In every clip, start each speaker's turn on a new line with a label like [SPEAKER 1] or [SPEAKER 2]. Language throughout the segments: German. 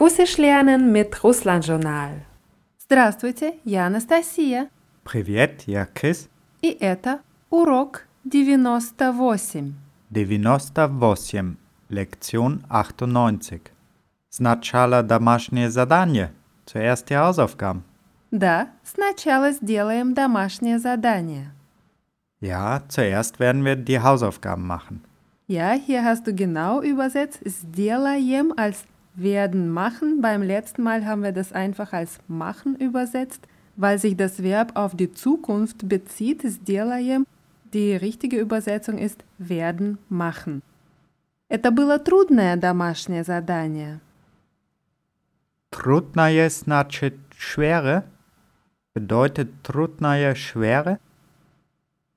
[SPEAKER 1] Russisch lernen mit Russland Journal.
[SPEAKER 2] Здравствуйте, я Анастасия,
[SPEAKER 3] Привет, я Крис,
[SPEAKER 2] и это урок 98.
[SPEAKER 3] 98, Lektion 98. Сначала домашнее задание. Zuerst die Hausaufgaben.
[SPEAKER 2] Да, сначала сделаем домашнее задание.
[SPEAKER 3] Ja, zuerst werden wir die Hausaufgaben machen.
[SPEAKER 2] Ja, hier hast du genau übersetzt сделаем als werden machen. Beim letzten Mal haben wir das einfach als machen übersetzt, weil sich das Verb auf die Zukunft bezieht. Сделаем. Die richtige Übersetzung ist werden machen. Это было трудное домашнее задание.
[SPEAKER 3] Trudnaje значит schwere. Bedeutet Trudnaje schwere?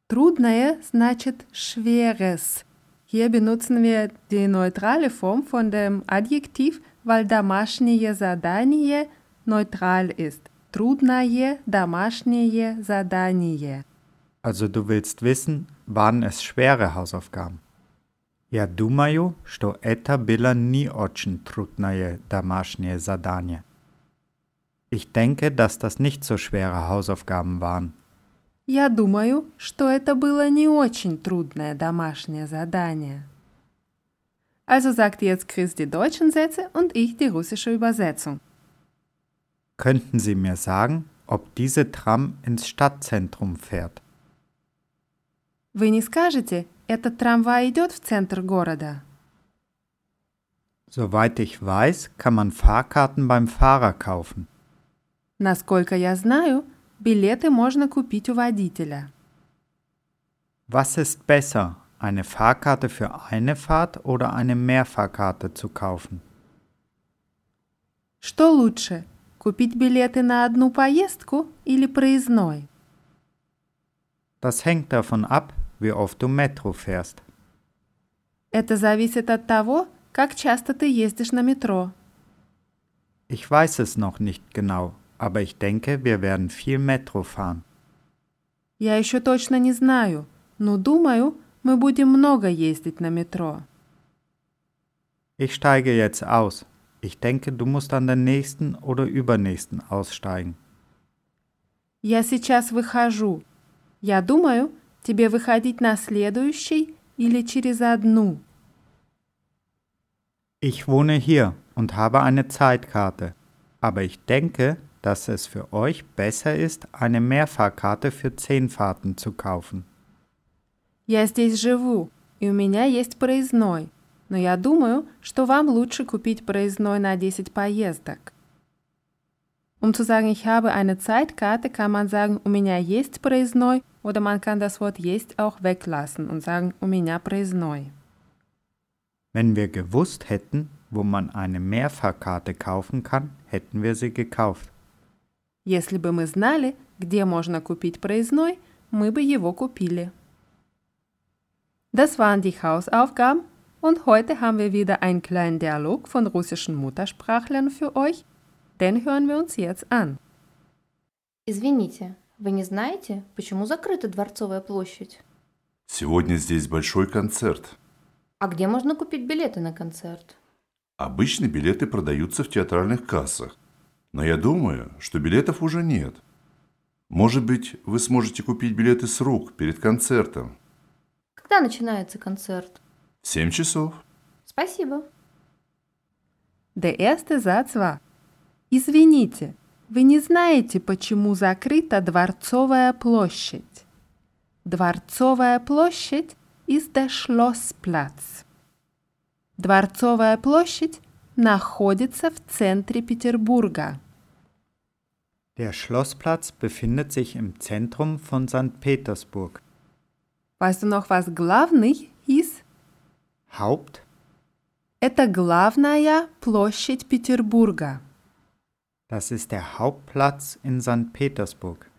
[SPEAKER 2] Трудное значит schweres. Hier benutzen wir die neutrale Form von dem Adjektiv, weil домашнее задание neutral ist. Трудное домашнее задание.
[SPEAKER 3] Also du willst wissen, waren es schwere Hausaufgaben? Ja думаю, что это было не очень трудное домашнее задание. Ich denke, dass das nicht so schwere Hausaufgaben waren.
[SPEAKER 2] Я думаю, что это было не очень трудное домашнее задание. Also sagt jetzt Chris die deutschen Sätze und ich die russische Übersetzung.
[SPEAKER 3] Könnten Sie mir sagen, ob diese Tram ins Stadtzentrum fährt?
[SPEAKER 2] Вы не скажете, этот трамвай идет в центр города?
[SPEAKER 3] Soweit ich weiß, kann man Fahrkarten beim Fahrer kaufen.
[SPEAKER 2] Насколько я знаю, билеты можно купить у водителя.
[SPEAKER 3] Was ist besser, eine Fahrkarte für eine Fahrt oder eine Mehrfahrkarte zu kaufen?
[SPEAKER 2] Что лучше, купить билеты на одну поездку или проездной?
[SPEAKER 3] Das hängt davon ab, wie oft du Metro fährst.
[SPEAKER 2] Это зависит от того, как часто ты ездишь на метро.
[SPEAKER 3] Ich weiß es noch nicht genau, aber ich denke, wir werden viel Metro fahren.
[SPEAKER 2] Я еще точно не знаю, но думаю, мы будем много ездить на метро.
[SPEAKER 3] Ich steige jetzt aus. Ich denke, du musst an der nächsten oder übernächsten aussteigen.
[SPEAKER 2] Я сейчас выхожу. Я думаю, тебе выходить на следующий или через одну.
[SPEAKER 3] Ich wohne hier und habe eine Zeitkarte, aber ich denke, dass es für euch besser ist, eine Mehrfahrkarte für 10 Fahrten zu kaufen.
[SPEAKER 2] Я здесь живу, и у меня есть проездной. Но я думаю, что вам лучше купить проездной на 10 поездок. Um zu sagen, ich habe eine Zeitkarte, kann man sagen, у меня есть проездной, oder man kann das Wort есть auch weglassen und sagen, у меня проездной.
[SPEAKER 3] Wenn wir gewusst hätten, wo man eine Mehrfahrkarte kaufen kann, hätten wir sie gekauft.
[SPEAKER 2] Если бы мы знали, где можно купить проездной, мы бы его купили. Das waren die Hausaufgaben und heute haben wir wieder einen kleinen Dialog von russischen Muttersprachlern für euch. Den hören wir uns jetzt an.
[SPEAKER 4] Извините, вы не знаете, почему закрыта Дворцовая площадь?
[SPEAKER 5] Сегодня здесь большой концерт.
[SPEAKER 4] А где можно купить билеты на концерт?
[SPEAKER 5] Обычно билеты продаются в театральных кассах. Но я думаю, что билетов уже нет. Может быть, вы сможете купить билеты с рук перед концертом.
[SPEAKER 4] Когда начинается концерт?
[SPEAKER 5] В 7 часов.
[SPEAKER 4] Спасибо.
[SPEAKER 2] Der erste Satz war «Извините, вы не знаете, почему закрыта Дворцовая площадь?» Дворцовая площадь ist der Schlossplatz. Дворцовая площадь находится в центре Петербурга.
[SPEAKER 3] Der Schlossplatz befindet sich im Zentrum von St. Petersburg.
[SPEAKER 2] Weißt du noch, was главный hieß?
[SPEAKER 3] Haupt?
[SPEAKER 2] Это главная площадь Петербурга.
[SPEAKER 3] Das ist der Hauptplatz in St. Petersburg.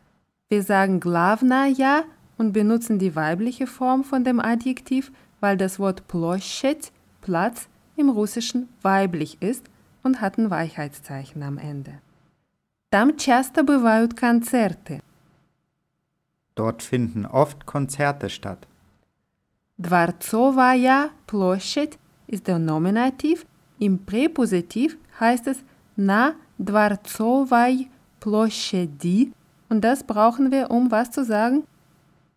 [SPEAKER 2] Wir sagen главная und benutzen die weibliche Form von dem Adjektiv, weil das Wort площадь, Platz, im Russischen weiblich ist und hat ein Weichheitszeichen am Ende. Там часто бывают концерты.
[SPEAKER 3] Dort finden oft Konzerte statt.
[SPEAKER 2] Дворцовая площадь ist der Nominativ, im Präpositiv heißt es на Дворцовой площади. Und das brauchen wir, um was zu sagen?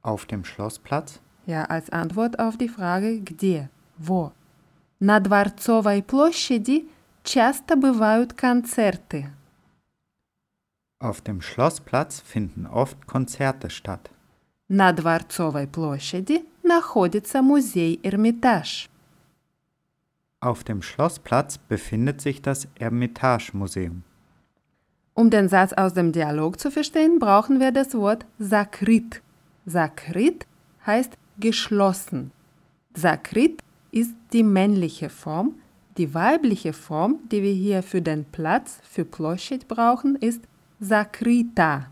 [SPEAKER 3] Auf dem Schlossplatz?
[SPEAKER 2] Ja, als Antwort auf die Frage «Где?», «Wo?». На Дворцовой площади часто бывают концерты.
[SPEAKER 3] Auf dem Schlossplatz finden oft Konzerte statt.
[SPEAKER 2] На Дворцовой площади находится музей Эрмитаж.
[SPEAKER 3] Auf dem Schlossplatz befindet sich das Ermitage-Museum.
[SPEAKER 2] Um den Satz aus dem Dialog zu verstehen, brauchen wir das Wort «закрыт». «Закрыт» heißt «geschlossen». «Закрыт» ist die männliche Form. Die weibliche Form, die wir hier für den Platz, für Площадь brauchen, ist «закрыта».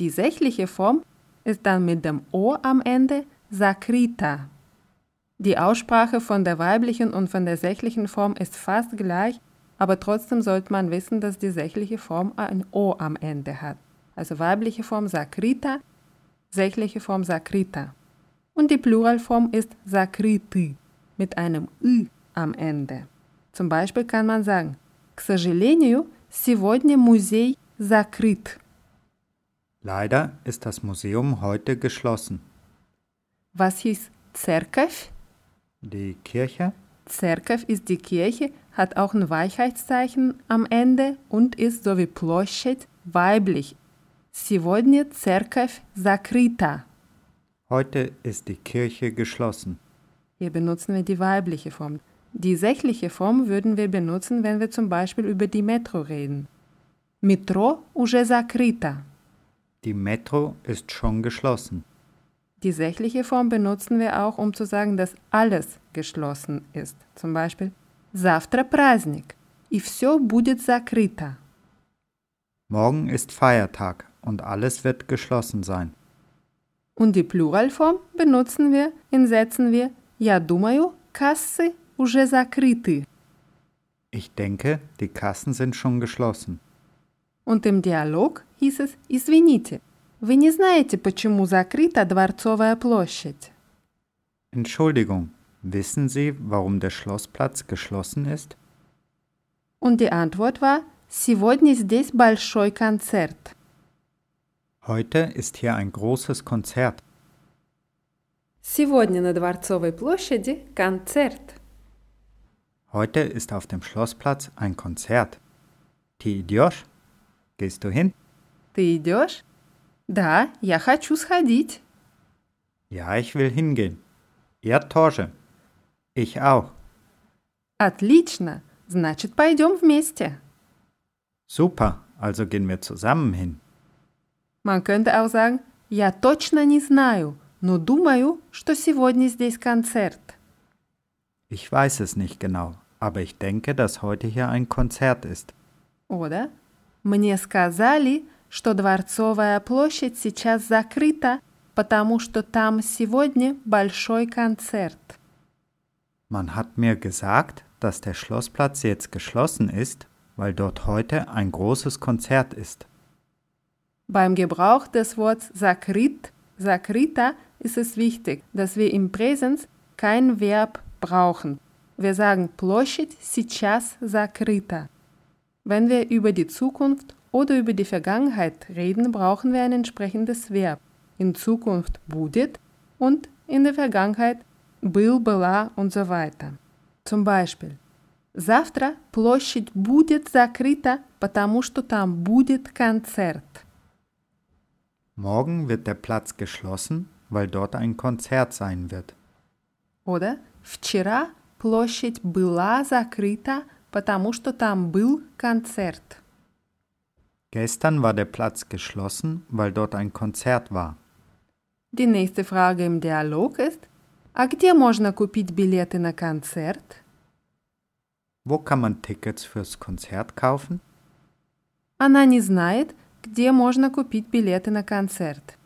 [SPEAKER 2] Die sächliche Form ist dann mit dem O am Ende «закрыта». Die Aussprache von der weiblichen und von der sächlichen Form ist fast gleich, aber trotzdem sollte man wissen, dass die sächliche Form ein O am Ende hat. Also weibliche Form sakrita, sächliche Form sakrita. Und die Pluralform ist sakriti mit einem Ü am Ende. Zum Beispiel kann man sagen, к сожалению, сегодня музей закрыт.
[SPEAKER 3] Leider ist das Museum heute geschlossen.
[SPEAKER 2] Was hieß Zerkav?
[SPEAKER 3] Die Kirche?
[SPEAKER 2] Zerkav ist die Kirche, hat auch ein Weichheitszeichen am Ende und ist so wie Площадь weiblich. Сегодня церковь закрыта.
[SPEAKER 3] Heute ist die Kirche geschlossen.
[SPEAKER 2] Hier benutzen wir die weibliche Form. Die sächliche Form würden wir benutzen, wenn wir zum Beispiel über die Metro reden. Metro уже закрыта.
[SPEAKER 3] Die Metro ist schon geschlossen.
[SPEAKER 2] Die sächliche Form benutzen wir auch, um zu sagen, dass alles geschlossen ist. Zum Beispiel завтра праздник, и все будет закрыто.
[SPEAKER 3] Morgen ist Feiertag und alles wird geschlossen sein.
[SPEAKER 2] Und die Pluralform benutzen wir in Sätzen wie Я думаю, кассы уже закрыты.
[SPEAKER 3] Ich denke, die Kassen sind schon geschlossen.
[SPEAKER 2] Und im Dialog hieß es «Извините, вы не знаете, почему закрыта Дворцовая площадь?»
[SPEAKER 3] Entschuldigung, wissen Sie, warum der Schlossplatz geschlossen ist?
[SPEAKER 2] Und die Antwort war «Сегодня здесь большой концерт».
[SPEAKER 3] Heute ist hier ein großes Konzert.
[SPEAKER 1] Сегодня на Дворцовой площади концерт.
[SPEAKER 3] Heute ist auf dem Schlossplatz ein Konzert. Ти идешь? Gehst du hin?
[SPEAKER 2] «Ты идешь?» «Да, я хочу сходить».
[SPEAKER 3] Ja, ich will hingehen. Ja, Torge. Ich auch.
[SPEAKER 2] «Отлично! Значит, пойдем вместе».
[SPEAKER 3] Super, also gehen wir zusammen hin.
[SPEAKER 2] Man könnte auch sagen «Я точно не знаю, но думаю, что сегодня здесь концерт».
[SPEAKER 3] Ich weiß es nicht genau, aber ich denke, dass heute hier ein Konzert ist.
[SPEAKER 2] Oder «Мне сказали, что Дворцовая площадь сейчас закрыта, потому что там сегодня большой концерт».
[SPEAKER 3] Man hat mir gesagt, dass der Schlossplatz jetzt geschlossen ist, weil dort heute ein großes Konzert ist.
[SPEAKER 2] Beim Gebrauch des Wortes sakrit, sakrita, ist es wichtig, dass wir im Präsens kein Verb brauchen. Wir sagen площадь сейчас закрыта. Wenn wir über die Zukunft oder über die Vergangenheit reden, brauchen wir ein entsprechendes Verb. In Zukunft будет und in der Vergangenheit был, была und so weiter. Zum Beispiel Завтра площадь будет закрыта, потому что там будет концерт.
[SPEAKER 3] Morgen wird der Platz geschlossen, weil dort ein Konzert sein wird.
[SPEAKER 2] Oder вчера площадь была закрыта, потому что там был концерт.
[SPEAKER 3] Gestern war der Platz geschlossen, weil dort ein Konzert war.
[SPEAKER 2] Die nächste Frage im Dialog ist, а где можно купить билеты на концерт?
[SPEAKER 3] Wo kann man Tickets fürs Konzert kaufen?
[SPEAKER 2] Она не знает, где можно купить билеты на концерт.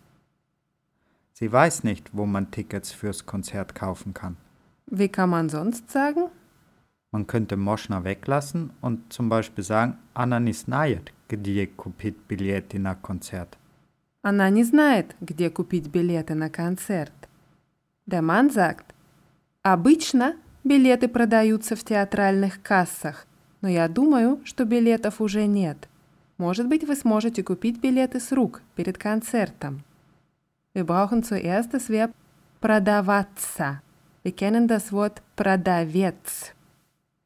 [SPEAKER 3] Sie weiß nicht, wo man Tickets fürs Konzert kaufen kann.
[SPEAKER 2] Wie kann man sonst sagen?
[SPEAKER 3] Man könnte Moschner weglassen und zum Beispiel sagen, Anna nisnajet, где купить билеты на Konzert.
[SPEAKER 2] Она не знает, где купить билеты на концерт. Der Mann sagt, обычно билеты продаются в театральных кассах, но я думаю, что билетов уже нет. Может быть, вы сможете купить билеты с рук перед концертом. Wir brauchen zuerst das Verb продаваться. Wir kennen das Wort продавец.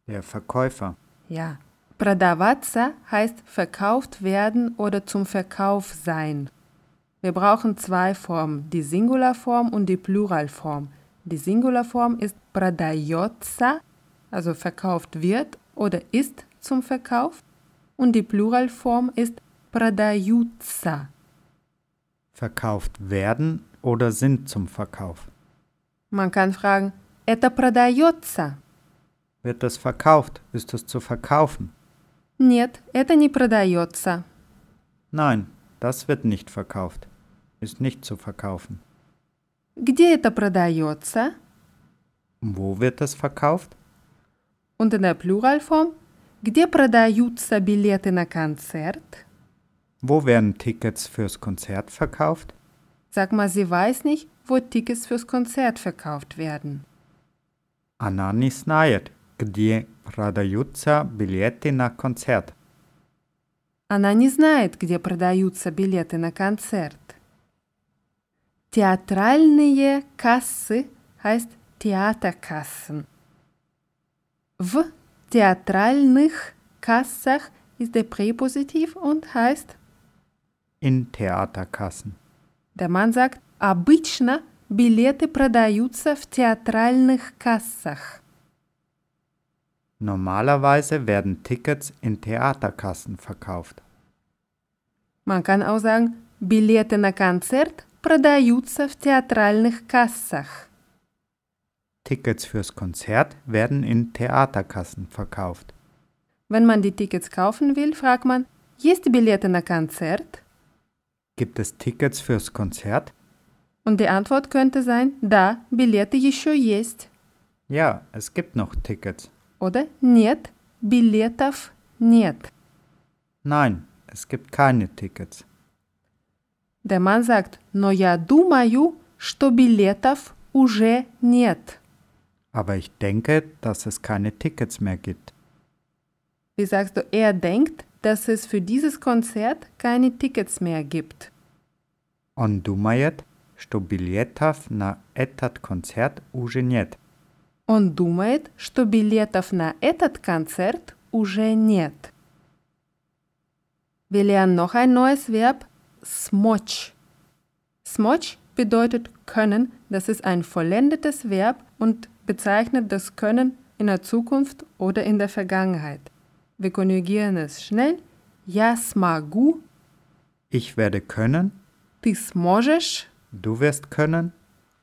[SPEAKER 3] Der Verkäufer.
[SPEAKER 2] Ja. Продаваться heißt verkauft werden oder zum Verkauf sein. Wir brauchen zwei Formen, die Singularform und die Pluralform. Die Singularform ist продается, also verkauft wird oder ist zum Verkauf. Und die Pluralform ist продаются.
[SPEAKER 3] Verkauft werden oder sind zum Verkauf.
[SPEAKER 2] Man kann fragen, это продается?
[SPEAKER 3] Wird das verkauft? Ist es zu verkaufen?
[SPEAKER 2] Нет, это не продается.
[SPEAKER 3] Nein, das wird nicht verkauft. Ist nicht zu verkaufen.
[SPEAKER 2] Где это продается?
[SPEAKER 3] Wo wird das verkauft?
[SPEAKER 2] Und in der Pluralform, где продаются билеты на концерт?
[SPEAKER 3] Wo werden Tickets fürs Konzert verkauft?
[SPEAKER 2] Sag mal, sie weiß nicht, wo Tickets fürs Konzert verkauft werden.
[SPEAKER 3] Она не знает, где продаются билеты на концерт.
[SPEAKER 2] Она не знает, где продаются билеты на концерт. Театральные кассы heißt Theaterkassen. В театральных кассах ist der Präpositiv und heißt,
[SPEAKER 3] In Theaterkassen.
[SPEAKER 2] der Mann sagt, обычно билеты продаются в театральных кассах.
[SPEAKER 3] Normalerweise werden Tickets in Theaterkassen verkauft.
[SPEAKER 2] Man kann auch sagen, Билеты на концерт продаются в театральных кассах.
[SPEAKER 3] Tickets fürs Konzert werden in Theaterkassen verkauft.
[SPEAKER 2] Wenn man die Tickets kaufen will, fragt man, есть билеты на концерт?
[SPEAKER 3] Gibt es Tickets fürs Konzert?
[SPEAKER 2] Und die Antwort könnte sein, да, билеты еще есть.
[SPEAKER 3] Ja, es gibt noch Tickets.
[SPEAKER 2] Oder нет, билетов нет.
[SPEAKER 3] Nein, es gibt keine Tickets.
[SPEAKER 2] Der Mann sagt, но я думаю, что билетов уже нет.
[SPEAKER 3] Aber ich denke, dass es keine Tickets mehr gibt.
[SPEAKER 2] Wie sagst du, er denkt, dass es für dieses Konzert keine Tickets mehr gibt.
[SPEAKER 3] Он думает, что билетов на этот концерт уже нет.
[SPEAKER 2] Он думает, что билетов на этот концерт уже нет. Wir lernen noch ein neues Verb смочь. Смочь bedeutet können, das ist ein vollendetes Verb und bezeichnet das Können in der Zukunft oder in der Vergangenheit. Wir konjugieren es schnell. Я смогу,
[SPEAKER 3] Ich werde können,
[SPEAKER 2] ты сможешь,
[SPEAKER 3] du wirst können,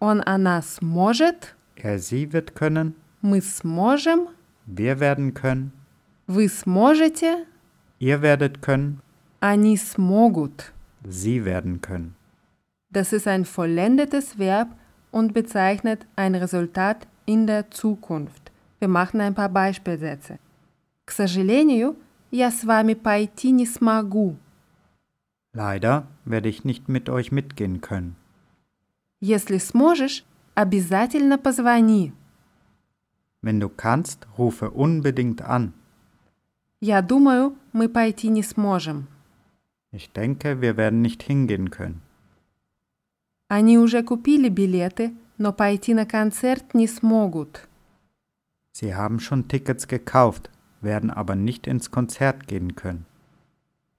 [SPEAKER 2] он она сможет,
[SPEAKER 3] er sie wird können,
[SPEAKER 2] мы сможем,
[SPEAKER 3] wir werden können,
[SPEAKER 2] вы сможете,
[SPEAKER 3] ihr werdet können,
[SPEAKER 2] они смогут.
[SPEAKER 3] sie werden können.
[SPEAKER 2] Das ist ein vollendetes Verb und bezeichnet ein Resultat in der Zukunft. Wir machen ein paar Beispielsätze. К сожалению, я с вами пойти не смогу.
[SPEAKER 3] Leider werde ich nicht mit euch mitgehen können.
[SPEAKER 2] Если сможешь, обязательно позвони.
[SPEAKER 3] Wenn du kannst, rufe unbedingt an.
[SPEAKER 2] Я думаю, мы пойти не сможем.
[SPEAKER 3] Ich denke, wir werden nicht hingehen können.
[SPEAKER 2] Они уже купили билеты, но пойти на концерт не смогут.
[SPEAKER 3] Sie haben schon Tickets gekauft, werden aber nicht ins Konzert gehen können.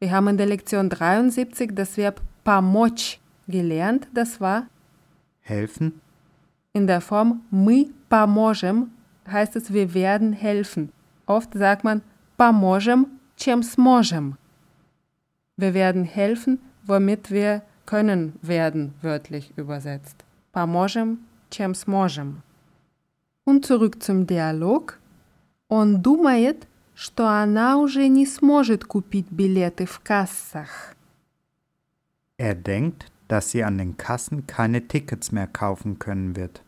[SPEAKER 2] Wir haben in der Lektion 73 das Verb помочь gelernt, das war
[SPEAKER 3] Helfen?
[SPEAKER 2] In der Form мы поможем heißt es, wir werden helfen. Oft sagt man поможем, чем сможем. Wir werden helfen, womit wir können werden, wörtlich übersetzt. Поможем, чем сможем. Und zurück zum Dialog. Он думает, что она уже не сможет купить билеты в кассах.
[SPEAKER 3] Er denkt, dass sie an den Kassen keine Tickets mehr kaufen können wird.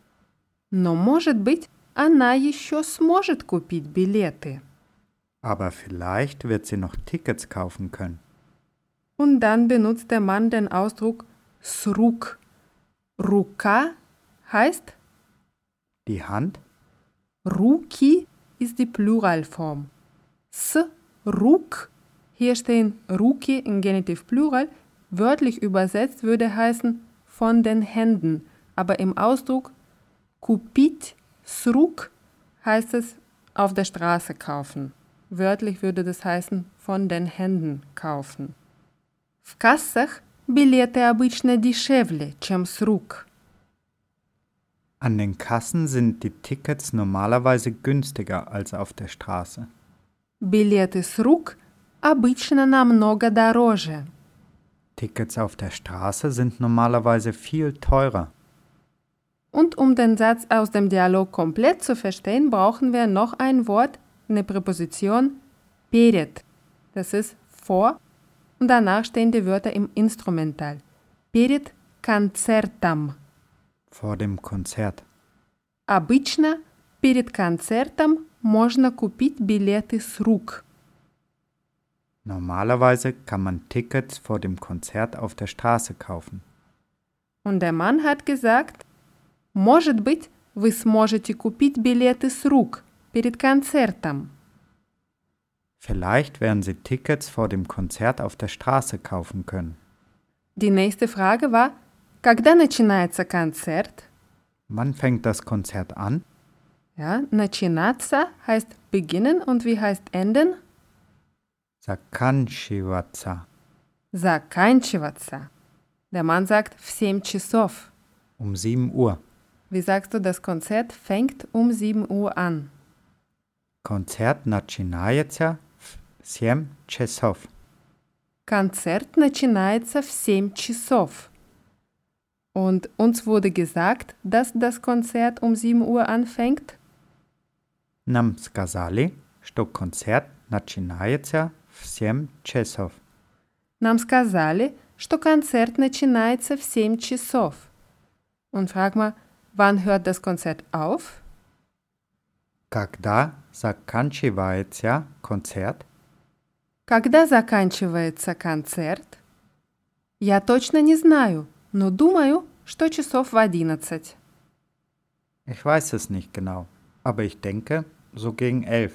[SPEAKER 2] Но, может быть, она еще сможет купить билеты.
[SPEAKER 3] Aber vielleicht wird sie noch Tickets kaufen können.
[SPEAKER 2] Und dann benutzt der Mann den Ausdruck sruk. Ruka heißt
[SPEAKER 3] Die Hand?
[SPEAKER 2] Ruki ist die Pluralform. С Ruck. Hier stehen Ruki im Genitiv Plural. Wörtlich übersetzt würde heißen von den Händen, aber im Ausdruck Kupit sruk heißt es auf der Straße kaufen. Wörtlich würde das heißen von den Händen kaufen. В кассах билеты обычно дешевле, чем с рук.
[SPEAKER 3] An den Kassen sind die Tickets normalerweise günstiger als auf der Straße.
[SPEAKER 2] Билеты с рук обычно намного дороже.
[SPEAKER 3] Tickets auf der Straße sind normalerweise viel teurer.
[SPEAKER 2] Und um den Satz aus dem Dialog komplett zu verstehen, brauchen wir noch ein Wort, eine Präposition перед. Das ist vor und danach stehen die Wörter im Instrumental. Перед концертом.
[SPEAKER 3] Vor dem Konzert.
[SPEAKER 2] Обычно перед концертом можно купить билеты с рук.
[SPEAKER 3] Normalerweise kann man Tickets vor dem Konzert auf der Straße kaufen.
[SPEAKER 2] Und der Mann hat gesagt, может быть, вы сможете купить билеты с рук перед концертом.
[SPEAKER 3] Vielleicht werden sie Tickets vor dem Konzert auf der Straße kaufen können.
[SPEAKER 2] Die nächste Frage war, когда начинается концерт?
[SPEAKER 3] Wann fängt das Konzert an?
[SPEAKER 2] Ja, начинаться heißt beginnen und wie heißt enden?
[SPEAKER 3] Sakanshiwatsa.
[SPEAKER 2] Заканчиваться. Der Mann sagt в 7 часов.
[SPEAKER 3] Um 7 Uhr.
[SPEAKER 2] Wie sagst du, das Konzert fängt um 7 Uhr an?
[SPEAKER 3] Konzert начинается в 7 часов.
[SPEAKER 2] Konzert начинается в 7 часов. Und uns wurde gesagt, dass das Konzert um 7 Uhr anfängt.
[SPEAKER 3] Нам сказали, что концерт начинается в 7 часов.
[SPEAKER 2] Нам сказали, что концерт начинается в 7 часов. Und frag mal, wann hört das Konzert auf?
[SPEAKER 3] Когда заканчивается концерт?
[SPEAKER 2] Когда заканчивается концерт? Я точно не знаю, но думаю, что часов в 11.
[SPEAKER 3] Ich weiß es nicht genau, aber ich denke so gegen 11.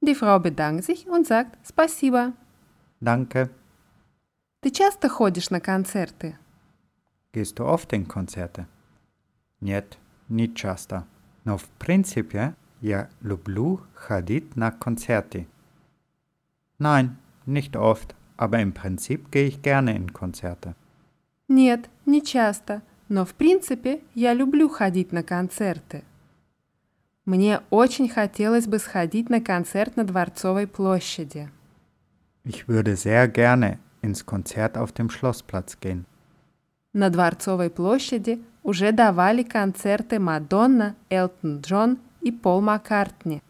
[SPEAKER 2] Die Frau bedankt sich und sagt «Спасибо».
[SPEAKER 3] Danke.
[SPEAKER 2] Ты часто ходишь на концерты?
[SPEAKER 3] Gehst du oft in Konzerte? Нет, не часто. Но в принципе я люблю ходить на концерты. Nein, nicht oft, aber im Prinzip gehe ich gerne in Konzerte.
[SPEAKER 2] Нет, не часто, но в принципе я люблю ходить на концерты. Мне очень хотелось бы сходить на концерт на Дворцовой площади.
[SPEAKER 3] Ich würde sehr gerne ins Konzert auf dem Schlossplatz gehen.
[SPEAKER 2] На Дворцовой площади уже давали концерты Мадонна, Элтон Джон и Пол Маккартни.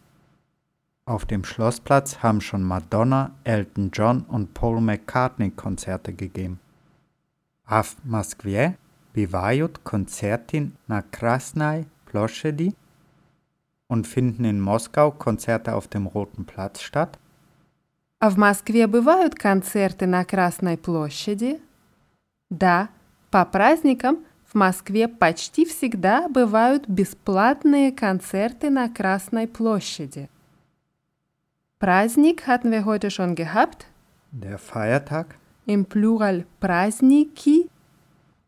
[SPEAKER 3] Auf dem Schlossplatz haben schon Madonna, Elton John und Paul McCartney Konzerte gegeben. А в Москве бывают Konzerte на Красной площади und finden in Moskau Konzerte auf dem Roten Platz statt.
[SPEAKER 2] А в Москве бывают концерты на Красной площади? Да, по праздникам в Москве почти всегда бывают бесплатные концерты на Красной площади. Праздник hatten wir heute schon gehabt,
[SPEAKER 3] Der Feiertag
[SPEAKER 2] im Plural праздники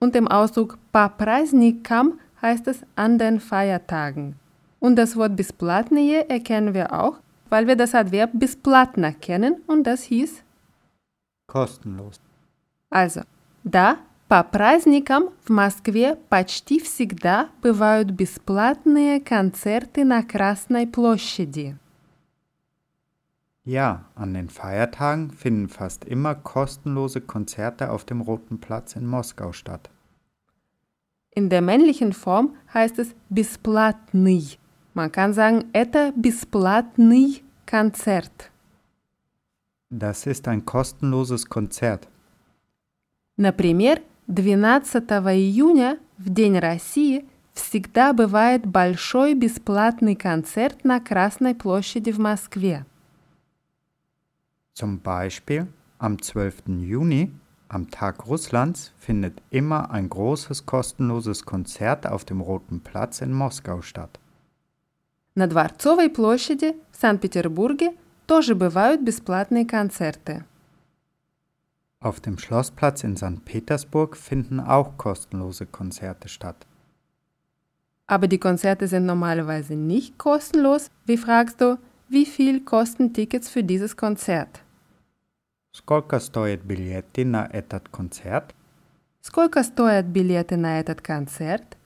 [SPEAKER 2] und im Ausdruck по праздникам heißt es an den Feiertagen. Und das Wort бесплатные erkennen wir auch, weil wir das Adverb бесплатно kennen und das hieß
[SPEAKER 3] kostenlos.
[SPEAKER 2] Also, да, по праздникам в Москве почти всегда бывают бесплатные концерты на Красной площади.
[SPEAKER 3] Ja, an den Feiertagen finden fast immer kostenlose Konzerte auf dem Roten Platz in Moskau statt.
[SPEAKER 2] In der männlichen Form heißt es бесплатный. Man kann sagen, это бесплатный концерт.
[SPEAKER 3] Das ist ein kostenloses Konzert.
[SPEAKER 2] Например, 12 июня, в День России, всегда бывает большой бесплатный концерт на Красной площади в Москве.
[SPEAKER 3] Zum Beispiel am 12. Juni, am Tag Russlands, findet immer ein großes kostenloses Konzert auf dem Roten Platz in Moskau statt.
[SPEAKER 2] На Дворцовой площади в Санкт-Петербурге тоже бывают бесплатные концерты.
[SPEAKER 3] Auf dem Schlossplatz in St. Petersburg finden auch kostenlose Konzerte statt.
[SPEAKER 2] Aber А die Konzerte sind normalerweise nicht kostenlos. Wie fragst du, wie viel kosten Tickets für dieses Konzert?
[SPEAKER 3] Сколько стоят билеты на этот концерт?
[SPEAKER 2] Сколько стоят билеты на этот концерт?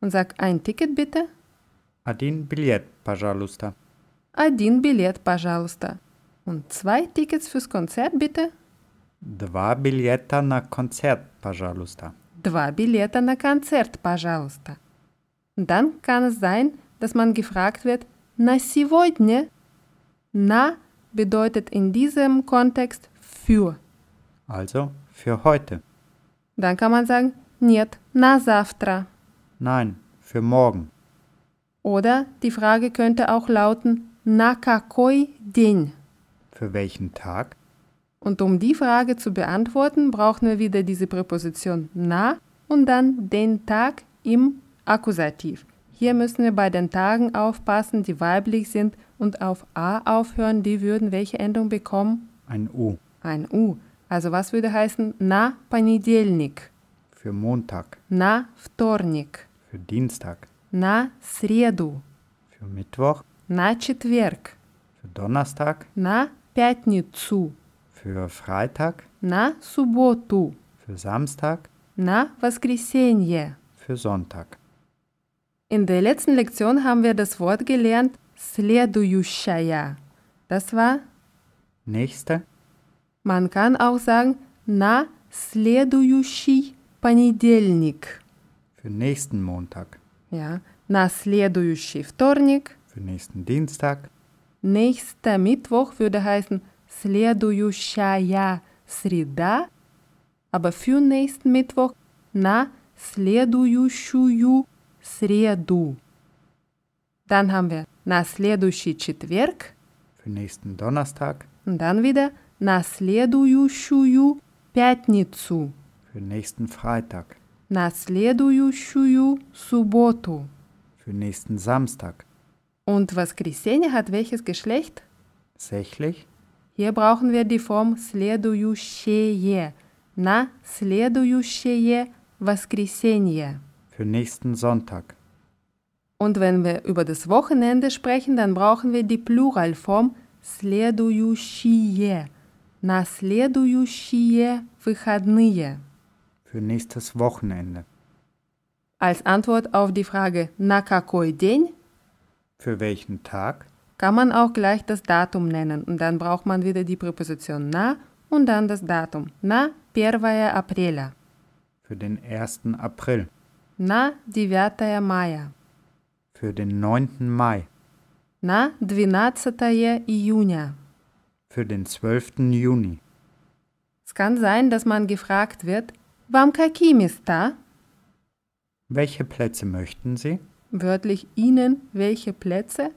[SPEAKER 2] Und sag ein Ticket bitte.
[SPEAKER 3] Один билет, пожалуйста.
[SPEAKER 2] Один билет, пожалуйста. Und zwei Tickets fürs Konzert bitte.
[SPEAKER 3] Два билета на концерт, пожалуйста.
[SPEAKER 2] Два билета на концерт, пожалуйста. Dann kann es sein, dass man gefragt wird, на сегодня? На bedeutet in diesem Kontext für.
[SPEAKER 3] Also für heute.
[SPEAKER 2] Dann kann man sagen, нет, на завтра.
[SPEAKER 3] Nein, für morgen.
[SPEAKER 2] Oder die Frage könnte auch lauten, на какой день?
[SPEAKER 3] Für welchen Tag?
[SPEAKER 2] Und um die Frage zu beantworten, brauchen wir wieder diese Präposition na und dann den Tag im Akkusativ. Hier müssen wir bei den Tagen aufpassen, die weiblich sind und auf a aufhören, die würden welche Endung bekommen?
[SPEAKER 3] Ein U.
[SPEAKER 2] Ein u. Also was würde heißen na понедельник,
[SPEAKER 3] Für Montag.
[SPEAKER 2] на вторник,
[SPEAKER 3] Für Dienstag.
[SPEAKER 2] на среду,
[SPEAKER 3] Für Mittwoch.
[SPEAKER 2] на четверг,
[SPEAKER 3] Für Donnerstag.
[SPEAKER 2] на пятницу,
[SPEAKER 3] Für Freitag.
[SPEAKER 2] на субботу,
[SPEAKER 3] Für Samstag.
[SPEAKER 2] на воскресенье.
[SPEAKER 3] Für Sonntag.
[SPEAKER 2] In der letzten Lektion haben wir das Wort gelernt следующая. Das war,
[SPEAKER 3] Nächste.
[SPEAKER 2] man kann auch sagen, на следующий понедельник.
[SPEAKER 3] Für nächsten Montag.
[SPEAKER 2] Ja, на следующий вторник.
[SPEAKER 3] Für nächsten Dienstag.
[SPEAKER 2] Nächster Mittwoch würde heißen следующая среда, aber für nächsten Mittwoch на следующую среду. Dann haben wir на следующий четверг
[SPEAKER 3] Für nächsten Donnerstag.
[SPEAKER 2] und dann wieder на следующую пятницу,
[SPEAKER 3] Für nächsten Freitag.
[SPEAKER 2] на следующую субботу.
[SPEAKER 3] Für nächsten Samstag.
[SPEAKER 2] Und воскресенье hat welches Geschlecht?
[SPEAKER 3] Sächlich.
[SPEAKER 2] Hier brauchen wir die Form следующее. На следующее воскресенье.
[SPEAKER 3] Für nächsten Sonntag.
[SPEAKER 2] Und wenn wir über das Wochenende sprechen, dann brauchen wir die Pluralform следующие. На следующие выходные.
[SPEAKER 3] Für nächstes Wochenende.
[SPEAKER 2] Als Antwort auf die Frage «На какой день?»
[SPEAKER 3] Für welchen Tag?
[SPEAKER 2] kann man auch gleich das Datum nennen und dann braucht man wieder die Präposition «на» und dann das Datum «на 1 апреля».
[SPEAKER 3] Für den 1. April.
[SPEAKER 2] На 9 мая.
[SPEAKER 3] Für den 9. Mai.
[SPEAKER 2] На 12 июня.
[SPEAKER 3] Für den 12. Juni.
[SPEAKER 2] Es kann sein, dass man gefragt wird, «Вам какие места?»
[SPEAKER 3] Welche Plätze möchten Sie?
[SPEAKER 2] Wörtlich «Ihnen welche Plätze?»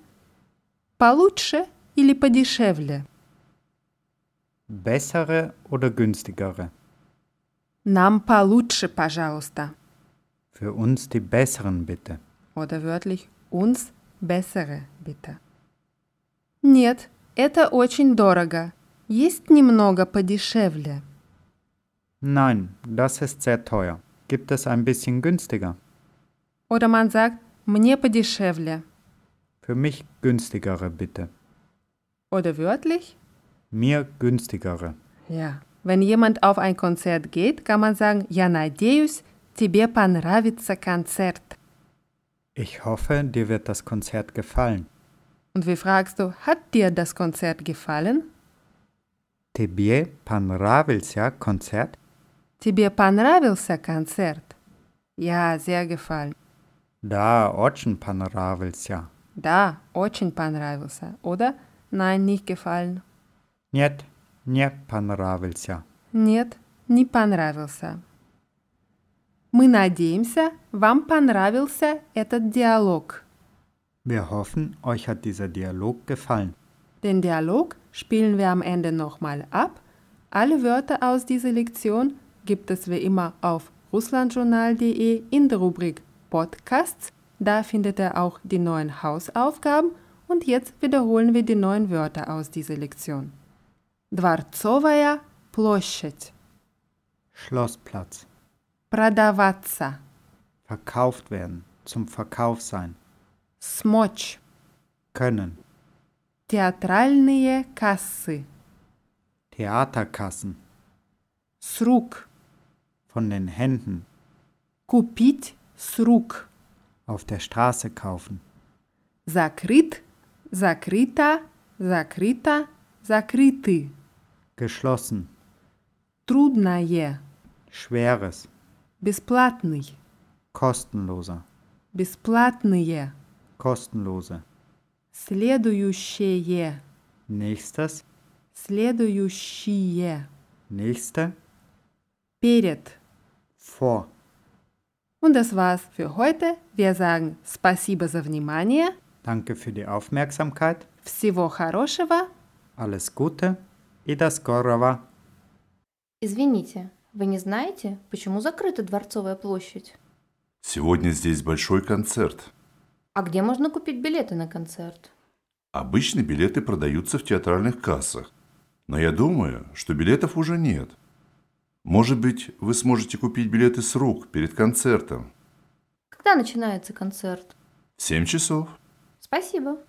[SPEAKER 2] «Получше» или «подешевле?»
[SPEAKER 3] Bessere oder günstigere?
[SPEAKER 2] «Нам получше, пожалуйста».
[SPEAKER 3] Für uns die besseren bitte.
[SPEAKER 2] Oder wörtlich «Uns bessere, bitte». «Нет, это очень дорого. Есть немного подешевле».
[SPEAKER 3] Nein, das ist sehr teuer. Gibt es ein bisschen günstiger?
[SPEAKER 2] Oder man sagt «Мне подешевле».
[SPEAKER 3] Für mich günstigere bitte.
[SPEAKER 2] Oder wörtlich
[SPEAKER 3] Mir günstigere.
[SPEAKER 2] Ja. Wenn jemand auf ein Konzert geht, kann man sagen, я надеюсь, тебе понравится концерт.
[SPEAKER 3] Ich hoffe, dir wird das Konzert gefallen.
[SPEAKER 2] Und wie fragst du, hat dir das Konzert gefallen?
[SPEAKER 3] Tebie Panravilsja Konzert?
[SPEAKER 2] Тебе понравился концерт? Ja, sehr gefallen.
[SPEAKER 3] Da Orchen Panravilsja.
[SPEAKER 2] Да, очень понравился. Oder? Nein, nicht gefallen.
[SPEAKER 3] Niet, nie Panravilsja.
[SPEAKER 2] Нет, не понравился. Мы надеемся, вам понравился этот диалог.
[SPEAKER 3] Wir hoffen, euch hat dieser Dialog gefallen.
[SPEAKER 2] Den Dialog spielen wir am Ende nochmal ab. Alle Wörter aus dieser Lektion gibt es wie immer auf russlandjournal.de in der Rubrik Podcasts. Da findet ihr auch die neuen Hausaufgaben Und jetzt wiederholen wir die neuen Wörter aus dieser Lektion. Дворцовая площадь.
[SPEAKER 3] Schlossplatz.
[SPEAKER 2] Продаваться.
[SPEAKER 3] Verkauft werden. Zum Verkauf sein.
[SPEAKER 2] Смочь.
[SPEAKER 3] Können.
[SPEAKER 2] Театральные кассы.
[SPEAKER 3] Theaterkassen.
[SPEAKER 2] С рук.
[SPEAKER 3] Von den Händen.
[SPEAKER 2] Купить с рук.
[SPEAKER 3] Auf der Straße kaufen.
[SPEAKER 2] Закрыт. Закрыто. Закрыто. Закрыты.
[SPEAKER 3] Geschlossen.
[SPEAKER 2] Трудное.
[SPEAKER 3] Schweres.
[SPEAKER 2] Бесплатный.
[SPEAKER 3] Kostenloser.
[SPEAKER 2] Бесплатные.
[SPEAKER 3] Kostenlose.
[SPEAKER 2] Следующее.
[SPEAKER 3] Nächstes.
[SPEAKER 2] Следующие.
[SPEAKER 3] Nächste.
[SPEAKER 2] Перед.
[SPEAKER 3] Vor.
[SPEAKER 2] Und das war's für heute. Wir sagen спасибо за внимание.
[SPEAKER 3] Danke für die Aufmerksamkeit.
[SPEAKER 2] Всего хорошего.
[SPEAKER 3] Alles Gute. И до скорого.
[SPEAKER 4] Извините, вы не знаете, почему закрыта Дворцовая площадь?
[SPEAKER 5] Сегодня здесь большой концерт.
[SPEAKER 4] А где можно купить билеты на концерт?
[SPEAKER 5] Обычно билеты продаются в театральных кассах. Но я думаю, что билетов уже нет. Может быть, вы сможете купить билеты с рук перед концертом.
[SPEAKER 4] Когда начинается концерт?
[SPEAKER 5] В 7 часов.
[SPEAKER 4] Спасибо.